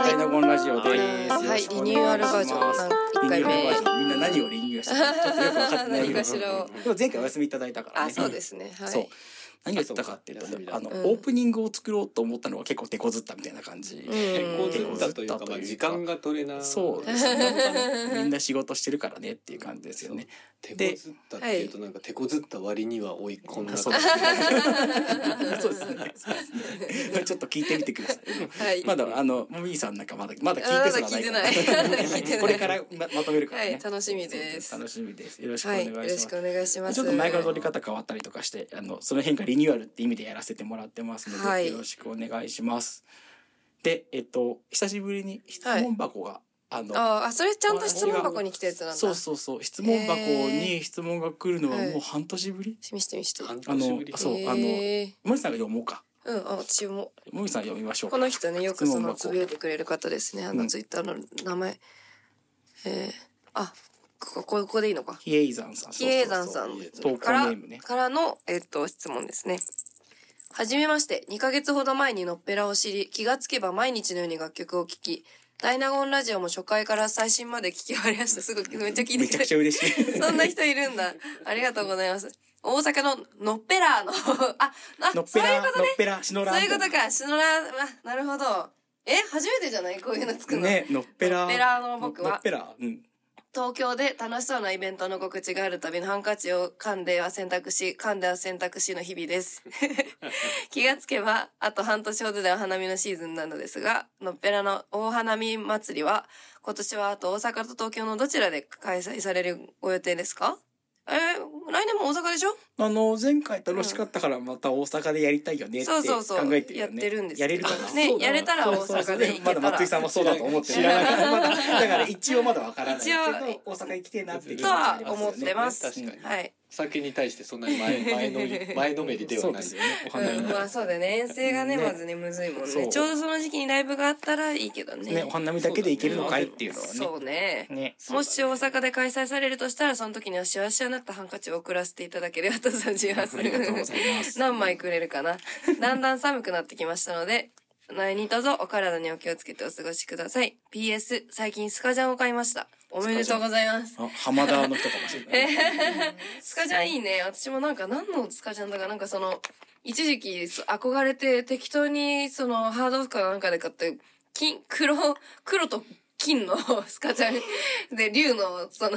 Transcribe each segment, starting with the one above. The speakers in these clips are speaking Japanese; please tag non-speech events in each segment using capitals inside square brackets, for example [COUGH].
はいジオです。よろしくお願しますリニューアルバージョンなんか一回目リニューアルバージョンみんな何をリニ [LAUGHS] ューアルしたのかちょっとよく分かってない何かしらをでも前回お休みいただいたからあ、ね。そうですね。はそう [LAUGHS] い。何を言ったかっていうとあそうかあの、うんオープニングを作ろうと思ったのは結構手こずったみたいな感じ、うん結構ずったというか、まあ、時間が取れなそうですねみんな仕事してるからねっていう感じです [LAUGHS] よね [LAUGHS] 手こずったっていうとなんか手こずった割には追い込んだそう感でじすねそうですねそうですねちょっと聞いてみてくださいはい。まだあのもみーさんなんかまだまだあまだ聞聞いていすてらない。 [LAUGHS] 聞いてない。これからままとめるからね、はい楽しみです楽しみですよろしくおは願いい。しよまろしす、くお願いします。ちょっと前から撮り方変わったりとかしてあのその辺がリニューアルって意味でやらせてもらってますので、はいよろしくお願いします。でえっと久しぶりに質問箱が、あのああ、それちゃんと質問箱に来たやつなんだ。そうそうそう質問箱へに質問が来るのははいもう半年ぶり、示して見して。半あ年のぶりそうあのへーもみさんが読もうかうん、あ、私も。もみさん読みましょうこかの人ね、よく質そ問の箱つぶやいてくれる方ですね。あうのんツイッターの名前。えー、あ、ここ、ここでいいのか。比叡山さん比叡山さんん投か稿らネームねからの、えっと、質問ですね。はじめまして、2ヶ月ほど前にのっぺらを知り、気がつけば毎日のように楽曲を聴き、ダイナゴンラジオも初回から最新まで聴き終わりました。すごい、めっちゃ聴いめてちくゃくれちゃ嬉しいそんな人いるんだ。ありがとうございます。大阪ののっぺらの、 [LAUGHS] あ、あ、 [LAUGHS] のっそぺういうらこのっとね。ぺらしのそらういうことか。しのら、あ、なるほど。え、初めてじゃないこういうの作るの。ねのっぺらのっぺらの僕はのっぺらうん東京で楽しそうなイベントの告知があるたびのハンカチを噛んでは選択し、噛んでは選択しの日々 [LAUGHS] です。気がつけば、あと半年ほどでお花見のシーズンなのですが、のっぺらの大花見祭りは、今年はあと大阪と東京のどちらで開催されるご予定ですかえー来年も大阪でしょあの前回楽しかったからまた大阪でやりたいよねって考そうそうそうえてるよね。やってるんですやけどれるかな。ねそうだやなれたら大阪で行けたらそうそうそうまだ松井さんもそうだと思ってる知らないからまだだから一応まだわからないけど一大阪に来てえなっていう気持ちとあはりますよね思ってます。確かにはい。酒に対してそんなに前前のめり前のめりでそはうなでいすよね。お花う見ん、まあそうだよね。遠征がね、ねまずね、むずいもんそうね。ちょうどその時期にライブがあったらいいけどねお花見だけで行けるのかいっていうのそはうねね。。ね。もし大阪で開催されるとしたら、その時にはシワシワになったハンカチを送らせていただければと存じますあ。りがとうございます。何枚くれるか [LAUGHS] な。だんだん寒くなってきましたので、何卒お体にお気をつけてお過ごしください。PS、最近スカジャンを買いました。おめでとうございます。あ浜田の人かもしれない。 [LAUGHS] スカジャンいいね。私もなんか何のスカジャンだかなんかその、一時期そ憧れて適当にそのハードオフかなんかで買って、金、黒、 [LAUGHS] 黒と金の [LAUGHS] スカジャンで、竜のその、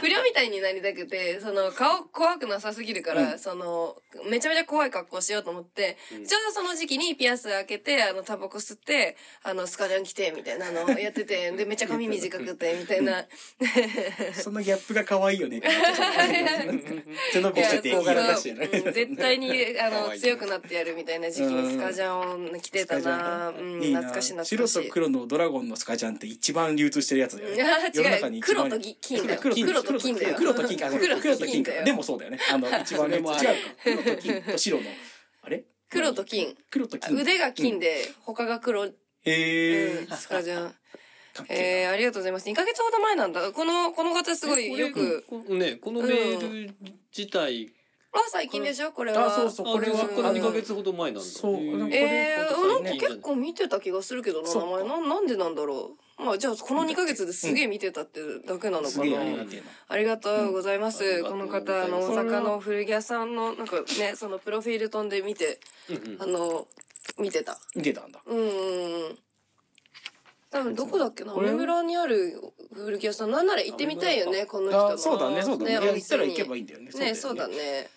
不良みたいになりたくて、その顔怖くなさすぎるから、うその、めちゃめちゃ怖い格好しようと思って、んちょうどその時期にピアス開けて、あの、タバコ吸って、あの、スカジャン着て、みたいなのをやってて、で、めっちゃ髪短くて、みたいな。そのギャップが可愛いよねって思っちゃった。なんか背伸いびやしててそう小そう柄だしね。うん絶対にあ可の愛い強くなってやるみたいな時期にスカジャンを着てたな、うん、いいな懐かしい懐かしい白と黒のドラゴンのスカジャンって一番流通してるやつだよね。世のあ中違にう一黒番とぎ金だよ黒黒と金だよ黒と金か黒と金だよ黒と金かでもそうだよねあの一番ね違そうれもかある黒と金と白のあれ黒と金黒とあ金腕が金で他が黒、うん、へえスカ [LAUGHS] ジャンかっけええー、ありがとうございます2ヶ月ほど前なんだこのこの方すごいよくこれねこのメール自体あ最近でしょこれなはあそうそうここれれははうん2ヶ月ほど前なんだそうなんかえー、これなんか結構見てた気がするけどなそっ名か前ななんでなんだろうまあじゃあこの2ヶ月ですげえ見てたってだけなのすかな、げえありがてえなありがとうございます。うんこの方、あの、ありがとうご大ざいま阪すの古着屋さんの、なんかね、そのプロフィール飛んで見て、うんうんあの、見てた。見てたんだうんうんうん。多分どこだっけなこれ梅村にある古着屋さん、なんなら行ってみたいよね、この人の。あそうだねそうだねねいや行ったら行けばいいんだよねね、そうだねね。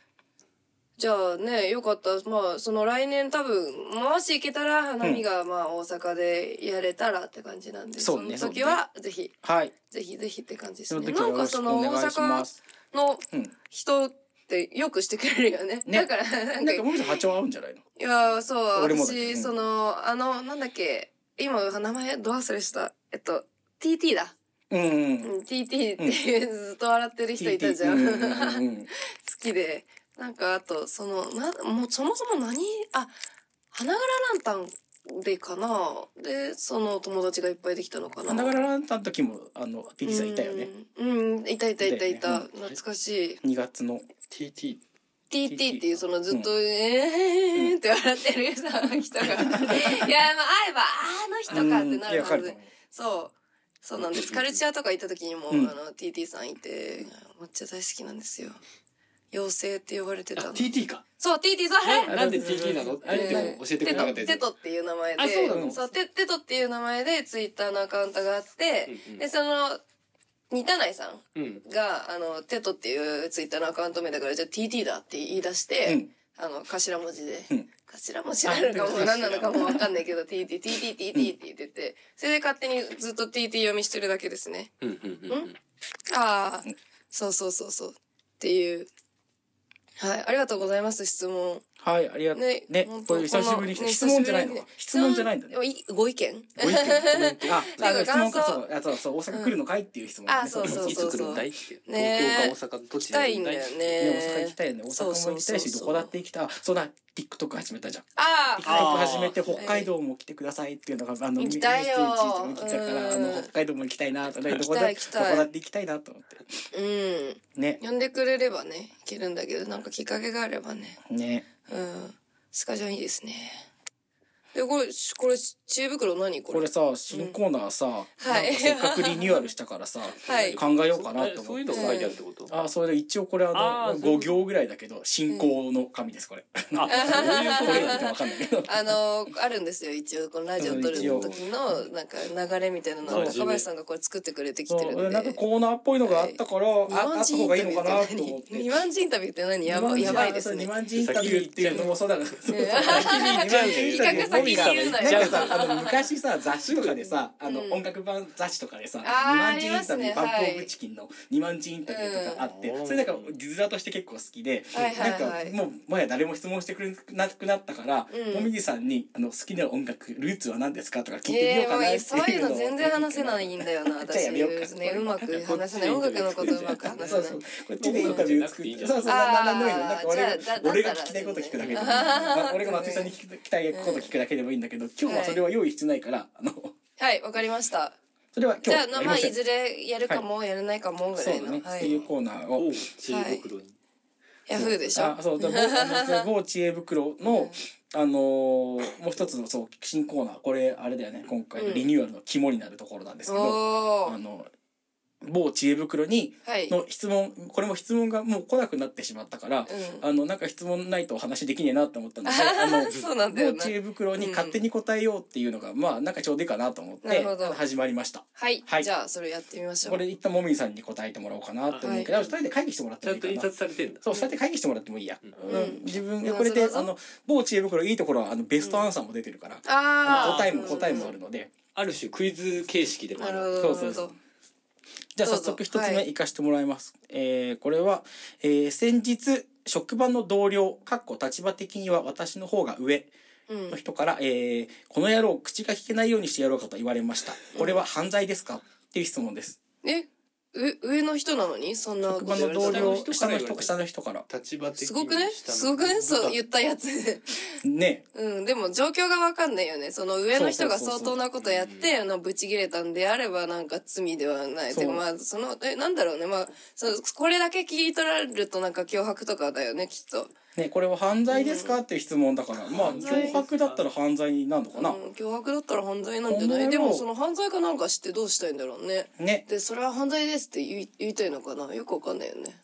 じゃあね、よかった。まあ、その来年多分、もし行けたら花見が、まあ、大阪でやれたらって感じなんで、そうねの時は、ぜひ、はいぜひぜひって感じですそのね。時はなよんろかしそくのお大願いしま阪すのうん人ってよくしてくれるよね。ねだから、なんか、なんかもみさん波長合うんじゃないのいやー、そう、俺もだけ私、どうんその、あの、なんだっけ、今、名前、ど忘れした。えっと、TT だ。うんうん TT っていう、ずっと笑ってる人いたじゃん。う [LAUGHS] 好うんうんきで。なんか、あと、その、な、もう、そもそも何、あ、花柄ランタンでかなで、その、友達がいっぱいできたのかな。花柄ランタンの時もあのピリさんいたよねうん。うん、いたいたいたいだた。よね懐かしい。 2月の TT TT っていうそのずっと、えー [LAUGHS] って笑ってるさ人が。いや、まあ、会えば、ああの人かってなうんいやるわかはるとず思。うそう。そうなんです。カルチャーとか行った時にも、うんあの、TT さんいて、抹茶大好きなんですよ。妖精って呼ばれてたあの。 TT か。そう、TT さんはえいあなんで TT なのってえでも教えてくれなかったテトテやつ。トっていう名前であそうなのテテトっていう名前でツイッターのアカウントがあって、でその似たないさんうんうん。があのテトっていうツイッターのアカウント名だからじゃあ TT だって言い出して、うんあの頭文字で、うん頭文字なのかもあ何なのかもわかんないけど TTTTTT って言っててそれで勝手にずっと TT 読みしてるだけですねうんうんうんうん。ああそうそうそうそうっていうはいありがとうございます質問はい、ありがとう。ねね、本当こういう久しぶりに、このね質問じゃないのか質問じゃないんだねで。もいご意見ご意見、コメン [LAUGHS] [LAUGHS] ト。 [LAUGHS] あ、なんかあ質問感想か、そう、あ、そう、そう、大阪来るのかいっていう質問ね。うんあそうそういいつつ来るんだいって。ねえ東京か大阪どっ行ちきたいんだよね。ね、大阪行きたいよね。大そうそ阪うそうそうも行きたいし、どこだって行きたい。あそうだ、TikTok 始めたじゃん。ああ、 TikTok 始めて、あー北海道も来てくださいっていうのが、あの、行きたいよメッセージとか来たから、あうんの、北海道も行きたいなとか、ど行きたこいだ、ど行きこたいだって行きたいなと思って。うん。ね、呼んでくれればね、行けるんだけど、なんかきっかけがあればね。ね。うん。スカジャンいいですね。で、これ、しこれ、知恵袋何ここれれさ、新コーナーさ、なんかいせっかくリニューアルしたか [LAUGHS] らさ、はい考えようかなと思って。そういうのが書いてあるってことあそれで一応これあのあー5行ぐらいだけど進行の紙ですこれ。あ、そういうここれってわかんないけ [LAUGHS] ど。あの、あるんですよ、一応。このラジオ撮る時の、なんか流れみたいなのを真面目若林さんがこれ作ってくれてきてそるんうで。なんかコーナーっぽいのがあったから、あ二あ万った字イ方ンがタいいビューのかってなと思っ何て。二万字インタビューって何やばやばいです二ね。万字インタビューっていうのもそうだから。そう企 [LAUGHS] 画先に言うなよなんか。さあの昔さ雑誌とかでさあの、うん音楽版雑誌とかでさあー二万字インタビありますねュー、バンプオブチキンの2万字インタビューとかあって、うんそれなんか字面として結構好きで、はいはいはいなんかもうもはや誰も質問してくれなくなったから、うんもみじさんにあの「好きな音楽ルーツは何ですか?」とか聞いてみえようえかもなうっいていういそういうの全然話せないんだよな [LAUGHS] じゃあ私やめようかねうまく話せない音楽のことうまく話せそうないそうこっちでインタビュー作ってそうそうあーななんでもいいのなんか俺がじゃあだだったら俺が聞きたいこと聞くだけでもいいあ [LAUGHS] ーまあ俺が松井さんに聞きたいこと聞くだけでもいいんだけど今日はそれは用意してないからあのはいわかりましたそれはじ今日ゃあはやりまあませいんずれやるかもやらないかもぐそらいうだねのはっていういコーナーとを知恵袋に。ヤフーでしょあそうだ某 [LAUGHS] あの某知恵袋のあのーもう一つのそう新コーナーこれあれだよね今回のリニューアルの肝になるところなんですけど、おあーの某知恵袋にはいの質問これも質問がもう来なくなってしまったから、うあのなんか質問ないとお話できねえなと [LAUGHS] 思ったのであのんそうなんだよもうな知恵袋に勝手に答えようっていうのが、まあなんかちょうどいいかなと思っなるてほど始まりましたはいはいじゃあそれやってみましょこうれ一旦もみじさんに答えてもらおうかなと思うけはど、二人で会議してもらってちもゃいんいかとな印刷されてんだ。そう、そうやって会議してもらってもいいや。んうん自分でうんこれで、謎々あの、某知恵袋いいところは、あの、ベストアンサーも出てるから、あー答えも答えもあるので、ある種クイズ形式でもあなるる。ほどそうなるそほうどそうじゃあどう早ぞ速一つは目い行かしてもらいます。えーこれは、えー先日、職場の同僚、かっこ立場的には私の方が上うんの人から、えーこの野郎、口が聞けないようにしてやろうかと言われました。これは犯罪ですかっていう質問です。えう上の人なのにそんなこ職と言わ場のれた同ら僚、下下のの人人から下の人から。立場的すごくねすごくねそう言ったやつねうん、でも状況がわかんないよね。その上の人がそうそう相そうそ当うなことやって、あの、ぶち切れたんであれば、なんか罪ではない。そでうもまあ、その、え、なんだろうね。まあ、そこれだけ切り取られるとなんか脅迫とかだよね、きっと。ね、これは犯罪ですかっていう質問だから、まあ犯罪脅迫だったら犯罪になるのかな、うん、脅迫だったら犯罪なんじゃなこいの野郎でも、その犯罪かなんかしてどうしたいんだろうね。ねで、それは犯罪ですって言い言いたいのかなよくわかんないよね。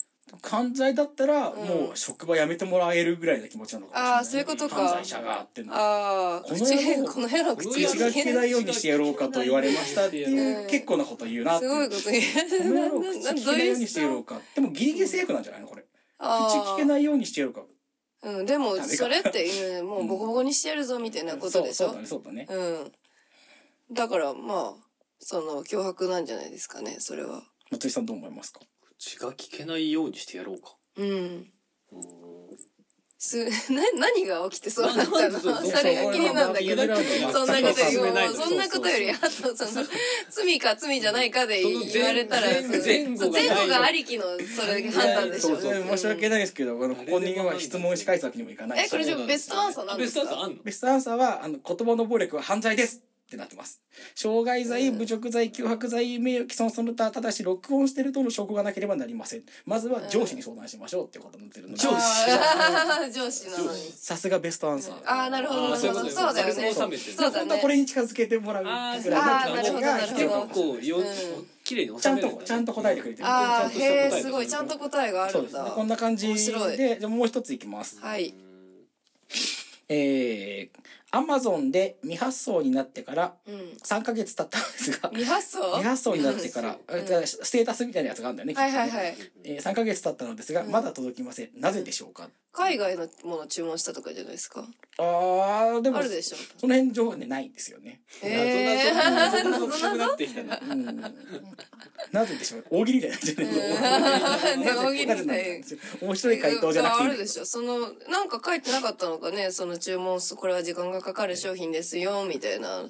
犯罪だったらうんもう職場辞めてもらえるぐらいな気持ちなのかもしれない、あーそういうことか犯罪者がってのはああ、この口野郎この野郎口口がが聞けけな。ないいようにしてやろうかと言われましたっていううん結構なこと言うなってすごいういこと言この野郎う。口な [LAUGHS] な聞けないようにしてやろうかでもギリギリセーフなんじゃないのこれあ口ー聞けないようにしてやろうかうん、でもダメかそれってうんもうボコボコにしてやるぞみたいなことそうでしそょうだねそうだねうんだからまあその脅迫なんじゃないですかねそれは松井さんどう思いますか口が聞けないようにしてやろうか。うんうーんす [LAUGHS] な何が起きてそうなったなんのでそそうそうれが気になるんだけどそうそうそんそうなことよりもそうそうそうそんなことよりあとその罪か罪じゃないかでその前言われたら前前そう後がな前い後がありきのそれ判断でしそょうそう申し訳ないですけどあのここに誰でもな今い質問し返すわけにもいかないしえこれじゃあベストアンサーなんベでスすトアンサーかあんのベストアンサーはあの言葉の暴力は犯罪ですっってなってます。傷害罪、侮辱罪、脅迫罪、名誉毀損その他、ただし録音しているとの証拠がなければなりません。まずは上司に相談しましょうってことになってるので。上司あー上司なのに [LAUGHS] さすがベストアンサー。あーなるほどあーなそういるほどうことですそうだよねそそううですだ本当はこれねに近づけてもらうぐあーらいのあーなるほど感じがなるほど必要かも結しれない構よ、うん綺麗にちゃ収んめるとだねちゃんと答えてくれてる。あーちゃんとしたへえ答えすごいちゃんと答えがあそうるでんすねだ。こんな感じ面白いで、じゃあもう一ついきます。はいえー、Amazon で未発送になってからうん3ヶ月経ったんですが、未発送未発送になってから、うんあじゃあステータスみたいなやつがあるんだよね。はいはいきっとねはいえー、3ヶ月経ったのですが、うんまだ届きません。なぜでしょうか海外のもの注文したとかじゃないですかあー、でもあ、るでしょその辺情報ね、ないんですよね。へえ謎謎々謎々々なってきたな [LAUGHS] うんなぜでしょう大喜利じゃないじゃない [LAUGHS] うんなぜなぜなんですよ面白い回答じゃなくていあいるでしょそのなんか書いてなかったのかねその注文数これは時間がかかる商品ですよみたいな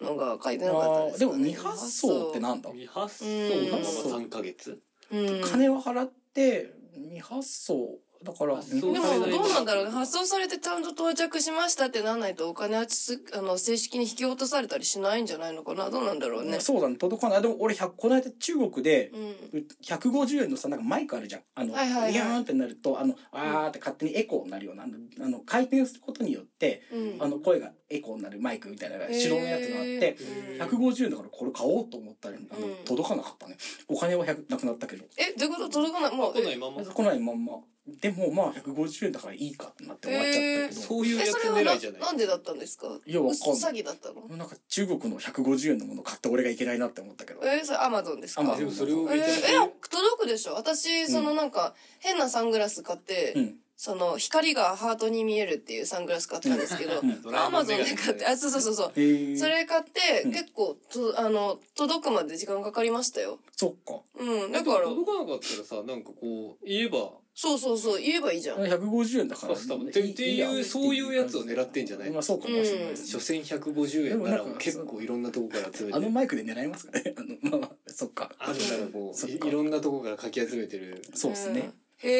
のが書いてなかったんあでーすでかもね未発送ってなんだ未発送うんのまま三ヶ月うん金を払って未発送だから発送でもされないどうなんだろうね発送されてちゃんと到着しましたってならないとお金はつあの正式に引き落とされたりしないんじゃないのかなどうなんだろうね。そうだね届かないでも俺100この間中国でうん、 150円のさなんかマイクあるじゃんあの、はいはいはいビヤーンってなるとあのあーって勝手にエコーになるようなあのあの回転することによってうん、あの声がエコーになるマイクみたいなのが白のやつがあって、えー150円だからこれ買おうと思ったらあの、うん届かなかったねお金は100なくなったけどえどういうこと届かないもう来ないまま来ないまんまでもまあ150円だからいいかってなって終わっちゃったけど、そういうえやつそれは狙いじゃなないなんでだったんですかいやわかんない嘘詐欺だったのなんか中国の150円のもの買って俺がいけないなって思ったけど、えそれアマゾンですか Amazon でもそれをえーめちゃめちえゃ届くでしょ私そのなんか変なサングラス買って、うんその光がハートに見えるっていうサングラス買ったんですけどうんドラえアもマんゾンメガでネ買ってあそうそうそうそうえー、それ買って、うん結構とあの届くまで時間かかりましたよ。そっかうん、だだかからら届かなかったらさなんかこう言えばそうそうそう言えばいいじゃん。 150円だからそうそうってっていうそういうやつを狙ってんじゃないまあそうかもしれないです所ね、詮150円なでらもなんか結構いろんなとこから集めあてのマイクで狙いますかねあのまあ [LAUGHS] まあそっかあるならこそうっいかいろんなとこからかき集めてるそうですね、うん。へ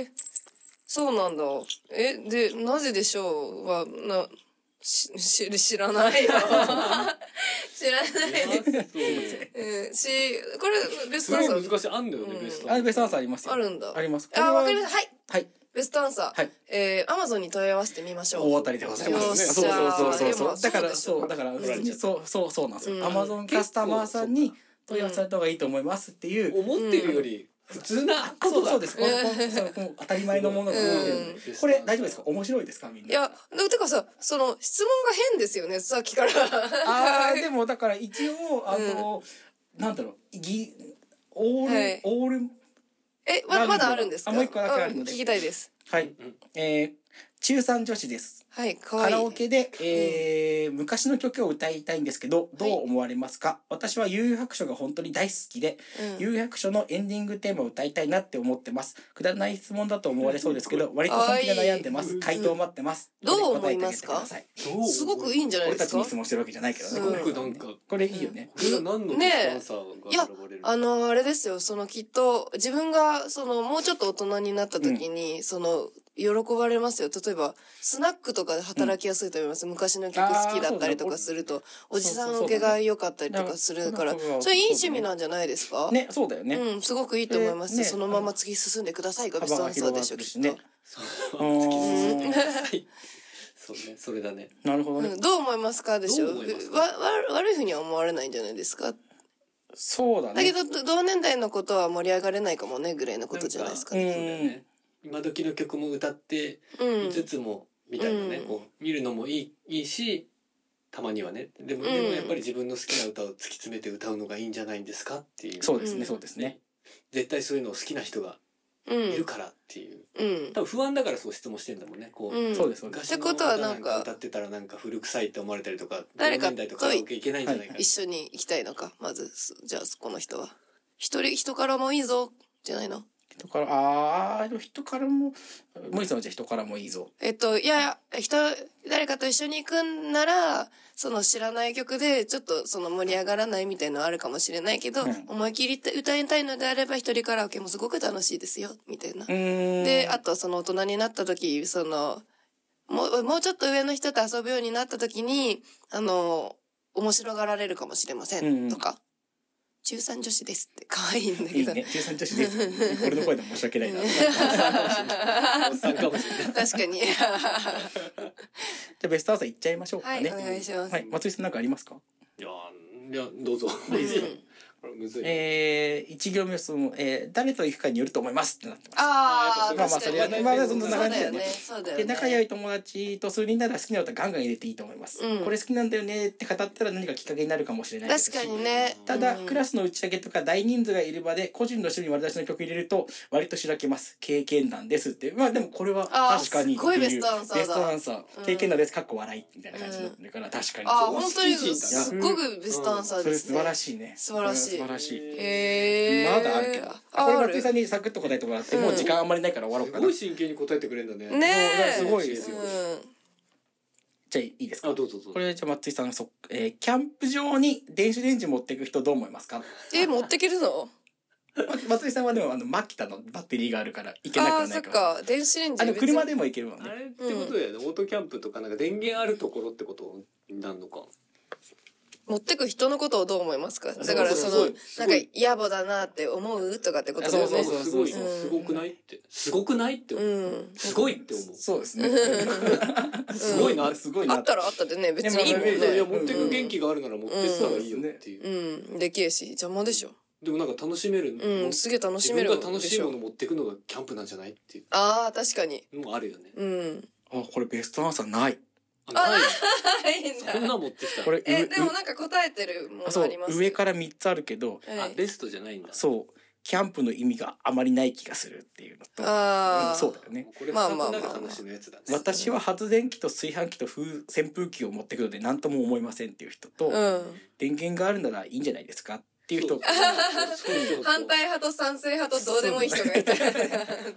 え、そうなんだ。えでなぜでしょうはなし [LAUGHS] 知る知らない [LAUGHS] よ。知らないです。うん、しこれベス [LAUGHS] すトアごンサいー難しいあんだよねベストあベストアンサーありますよあるんだあ。りますあわかりました。はいはいベストアンサー。はいえー、アマゾンに問い合わせてみましょう。大当たりでございますね。よっそうしゃーそうそうでそうもそう。だかそうらでしょそうだから普通にそうそうそうなんですうんよ。アマゾンキャスタマーさんに問い合わせた方がいいと思いますっていう。思ってるより普通なあそうそうでです。こうそうこう当たり前のものが多いんでうんこれ大丈夫ですか？面白いですかみんな。いや、でてかさ、その質問が変ですよね、さっきから。あーでもだから一応あのなんだろうぎオはールいオールえ、ままだあるんですかあもう一個だけあるのでうん聞きたいです。はいうんえー中三女子です。はい、かわカいい。ラオケで、えー昔の曲を歌いたいんですけどどう思われますか、私は遊白書が本当に大好きでうん有楽書のエンディングテーマを歌いたいなって思ってます。くだらない質問だと思われそうですけど、割と本気で悩んでます。回答を待ってます。どうこれ答えてあげてくださいすごくいいんじゃない俺でたすちかに質問してるわけじゃないけどね。すこごれくなんかこれいいよね。これが何のベストアンサーが選ばれるあの、あれですよ、そのきっと、自分が、その、もうちょっと大人になった時に、その、喜ばれますよ。例えば、スナックとかで働きやすいと思います。昔の曲好きだったりとかすると、おじさん受けが良かったりとかするからそうそうそう、それいい趣味なんじゃないですかね、そうだよね。うん、すごくいいと思います。ねそのまま次進んでくださいがベス幅トアがンサー広でがっしょ、てるきしっとね。。うんそうねそれだねなるほどうね。ん、 [LAUGHS] どう思いますかでしょどわう思いますかわ悪いふうには思われないんじゃないですかそうだだけね。どど同年代のことは盛り上がれないかもねぐらいのことじゃないですかうね。ん。今時の曲も歌ってうん見つつもみたいなねうんこう見るのもいいいいしたまにはねでもでもやっぱり自分の好きな歌を突き詰めて歌うのがいいんじゃないんですかっていうそうですうんね、そうですね。絶対そういうのを好きな人がうんいるからっていううん多分不安だからそう質問してんだもんねこううんそうです、そうです。昔のってことは歌ななんんかか歌ってたらなんか古臭いって思われたりとか誰か同年代とカラオケ行けないんじゃないか一緒に行きたいのかまずすじゃあこの人は一人人からもいいぞじゃないの人から、あー、でも人からも、もういつのじゃ人からもいいぞ。えっといや人誰かと一緒に行くんならその知らない曲でちょっとその盛り上がらないみたいのはあるかもしれないけど、うん思い切り歌いたいのであれば一人カラオケもすごく楽しいですよみたいなう。ーん。で、あとその大人になった時、その、もう、もうちょっと上の人と遊ぶようになった時に、あの、面白がられるかもしれませうんうんんとか、中三女子ですって可愛いんだいけいど。ね。計算女子です。俺の声でも申し訳ないな。おっさんかもしれない。 [LAUGHS] 確か [LAUGHS] に。じゃあベストアンサーいっちゃいましょうかはい、ね。お願いします。はい、松井さんなんかありますか。いやーいやどうぞ。いいですか。これむずい。えー、一行目はその、えー、誰と行くかによると思いますってなってます。ああ、まあまあ確かにそれはねまあまあそんなそう感だじよだよねね。そうだよね。で仲良い友達と数人なら好きな歌ガンガン入れていいと思います、うんこれ好きなんだよねって語ったら何かきっかけになるかもしれないです確しかにね。ただ、うんクラスの打ち上げとか大人数がいる場で個人の趣味丸出しの曲入れると割としらけます経験談ですってまあでもこれはあー確かにすごいってうベストアンサーだベストアンサーうん経験談ですかっこ笑いみたいな感じになってるから、確かにああ、これは本当にすっごくベストアンサーそでれす素ね。晴らしいね素晴らしいこれは素晴らしいへえ。まだあるけどあこれあ松井るさんにサクッと答えてもらって、もう時間あんまりないから終わろうかなすごいじ真剣に答えてくれるんだね。ねえ。すごいですようゃあいいですかあどうぞどうぞ。これじゃあ松井さんそ、えーキャンプ場に電子レンジ持っていく人どう思いますかん。え、持ってけるのま松井さんはでもあのマキタのバッテリーがあるからいけなくああはー、なそいっからか。電子レンジあでも車で。でもいけるわあねれってことだよね、オートキャンプとかなんか電源あるところってことになるのか。持ってく人のことをどう思いますかだから、そそうのそう、なんか、野暮だなって思うとかってことだよそうね。そうすごい、うんすごくないって、すごくないって思う、うん。すごいって思う。そうですねすごい [LAUGHS] な、すごいあなったらあったでね、別でもにいいもんまあまあいねや、。持ってく元気があるなら持ってったらいいよっていう。うん、できるし、邪魔でしょ。でもなんか楽しめる。うん、すげえ楽し自める分がでしょ楽しいもの持ってくのがキャンプなんじゃないっていああ、確かに。うのもあるよね。うん。あこれベストアンサーないあ、ない。はい、こんな持ってきた。これえ、うでもなんか答えてるもあのそあうります上から3つあるけどはいあ、ベストじゃないんだ。そうキャンプの意味があまりない気がするっていうのとああ、うんそうだよねこれまあ二つまあなるまあ話のやつだね。私は発電機と炊飯器と風扇風機を持ってくるので何とも思いませんっていう人と、う。電源があるならいいんじゃないですかっていう人そうそうそうそうん反対派と賛成派とどうでもいい人がいた。そうだね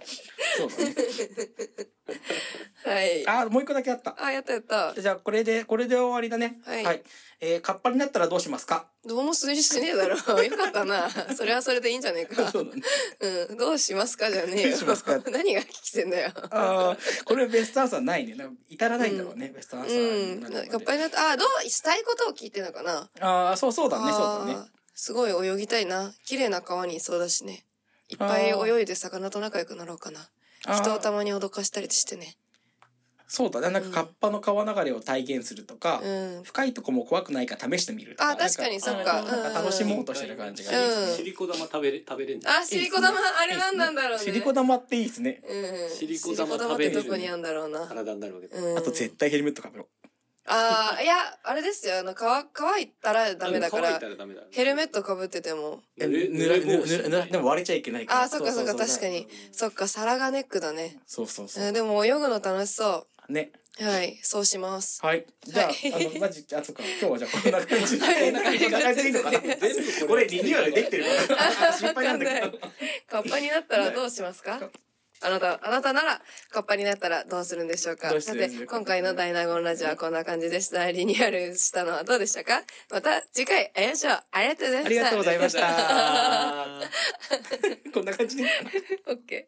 [LAUGHS] はい。あもう一個だけ [LAUGHS] あったあ、やったやった。じゃあこれでこれで終わりだねはいえーカッパになったらどうしま [LAUGHS] すかどうもするしねえ [LAUGHS] だろ。よかったな。それはそれでいいんじゃねえか。そうだねうん。どうしますかじゃねえどようしますか。何が聞きてんだよ。あーこれベストアンサーないねなんか至らないんだろうね、ベストアンサーうん。になるまなんでかいっぱいになった。あ、どうしたいことを聞いてんのかな。ああそうそうだねそうだねあーすごい泳ぎたいな。綺麗な川にいそうだしね。いっぱいあー泳いで魚と仲良くなろうかな。あー人をたまに脅かしたりしてね。そうだねなんかカッパの川流れを体現するとか、うん。深いとこも怖くないか試してみるとかあー確かにそっかなんかなんか楽しもうとしてる感じがいいですね、うんシリコ玉食べれ、食べれんじゃん。あ、シリコ玉、あれなんなんだろうね。シリコ玉っていいですね、うん。シリコ玉シリ食べっれてるどこにあんだろうな。体になるわけだ。うん、あと絶対ヘルメットかぶろうああ、いや、あれですよ。あの、乾、乾いたらダメだか乾いらた、ダメだヘルメットかぶってても。え濡れぬら濡れ防止ぬらぬらでも割れちゃいけないからああ、そっかそっか、ううう確かに。そっか、皿がネックだね。そうそうそう、うん、でも泳ぐの楽しそねう。はい、そうします。はいじゃあ、あのマジあそっか今日はじゃあこんな感じでこんな感じでこんな感じでいいのかな全部これリニューアルできてる [LAUGHS] かな心配なんだけわどかんないカッパになったらどうしますかあなた、あなたなら、カッパになったらどうするんでしょうかどうすさるんでてしょう、か今回の大納言ラジオはこんな感じでした。リニューアルしたのはどうでしたかまた次回会いましょう。ありがとうございました。ありがとうございましたあ [LAUGHS] ーこんな感じでいいかなオッケー。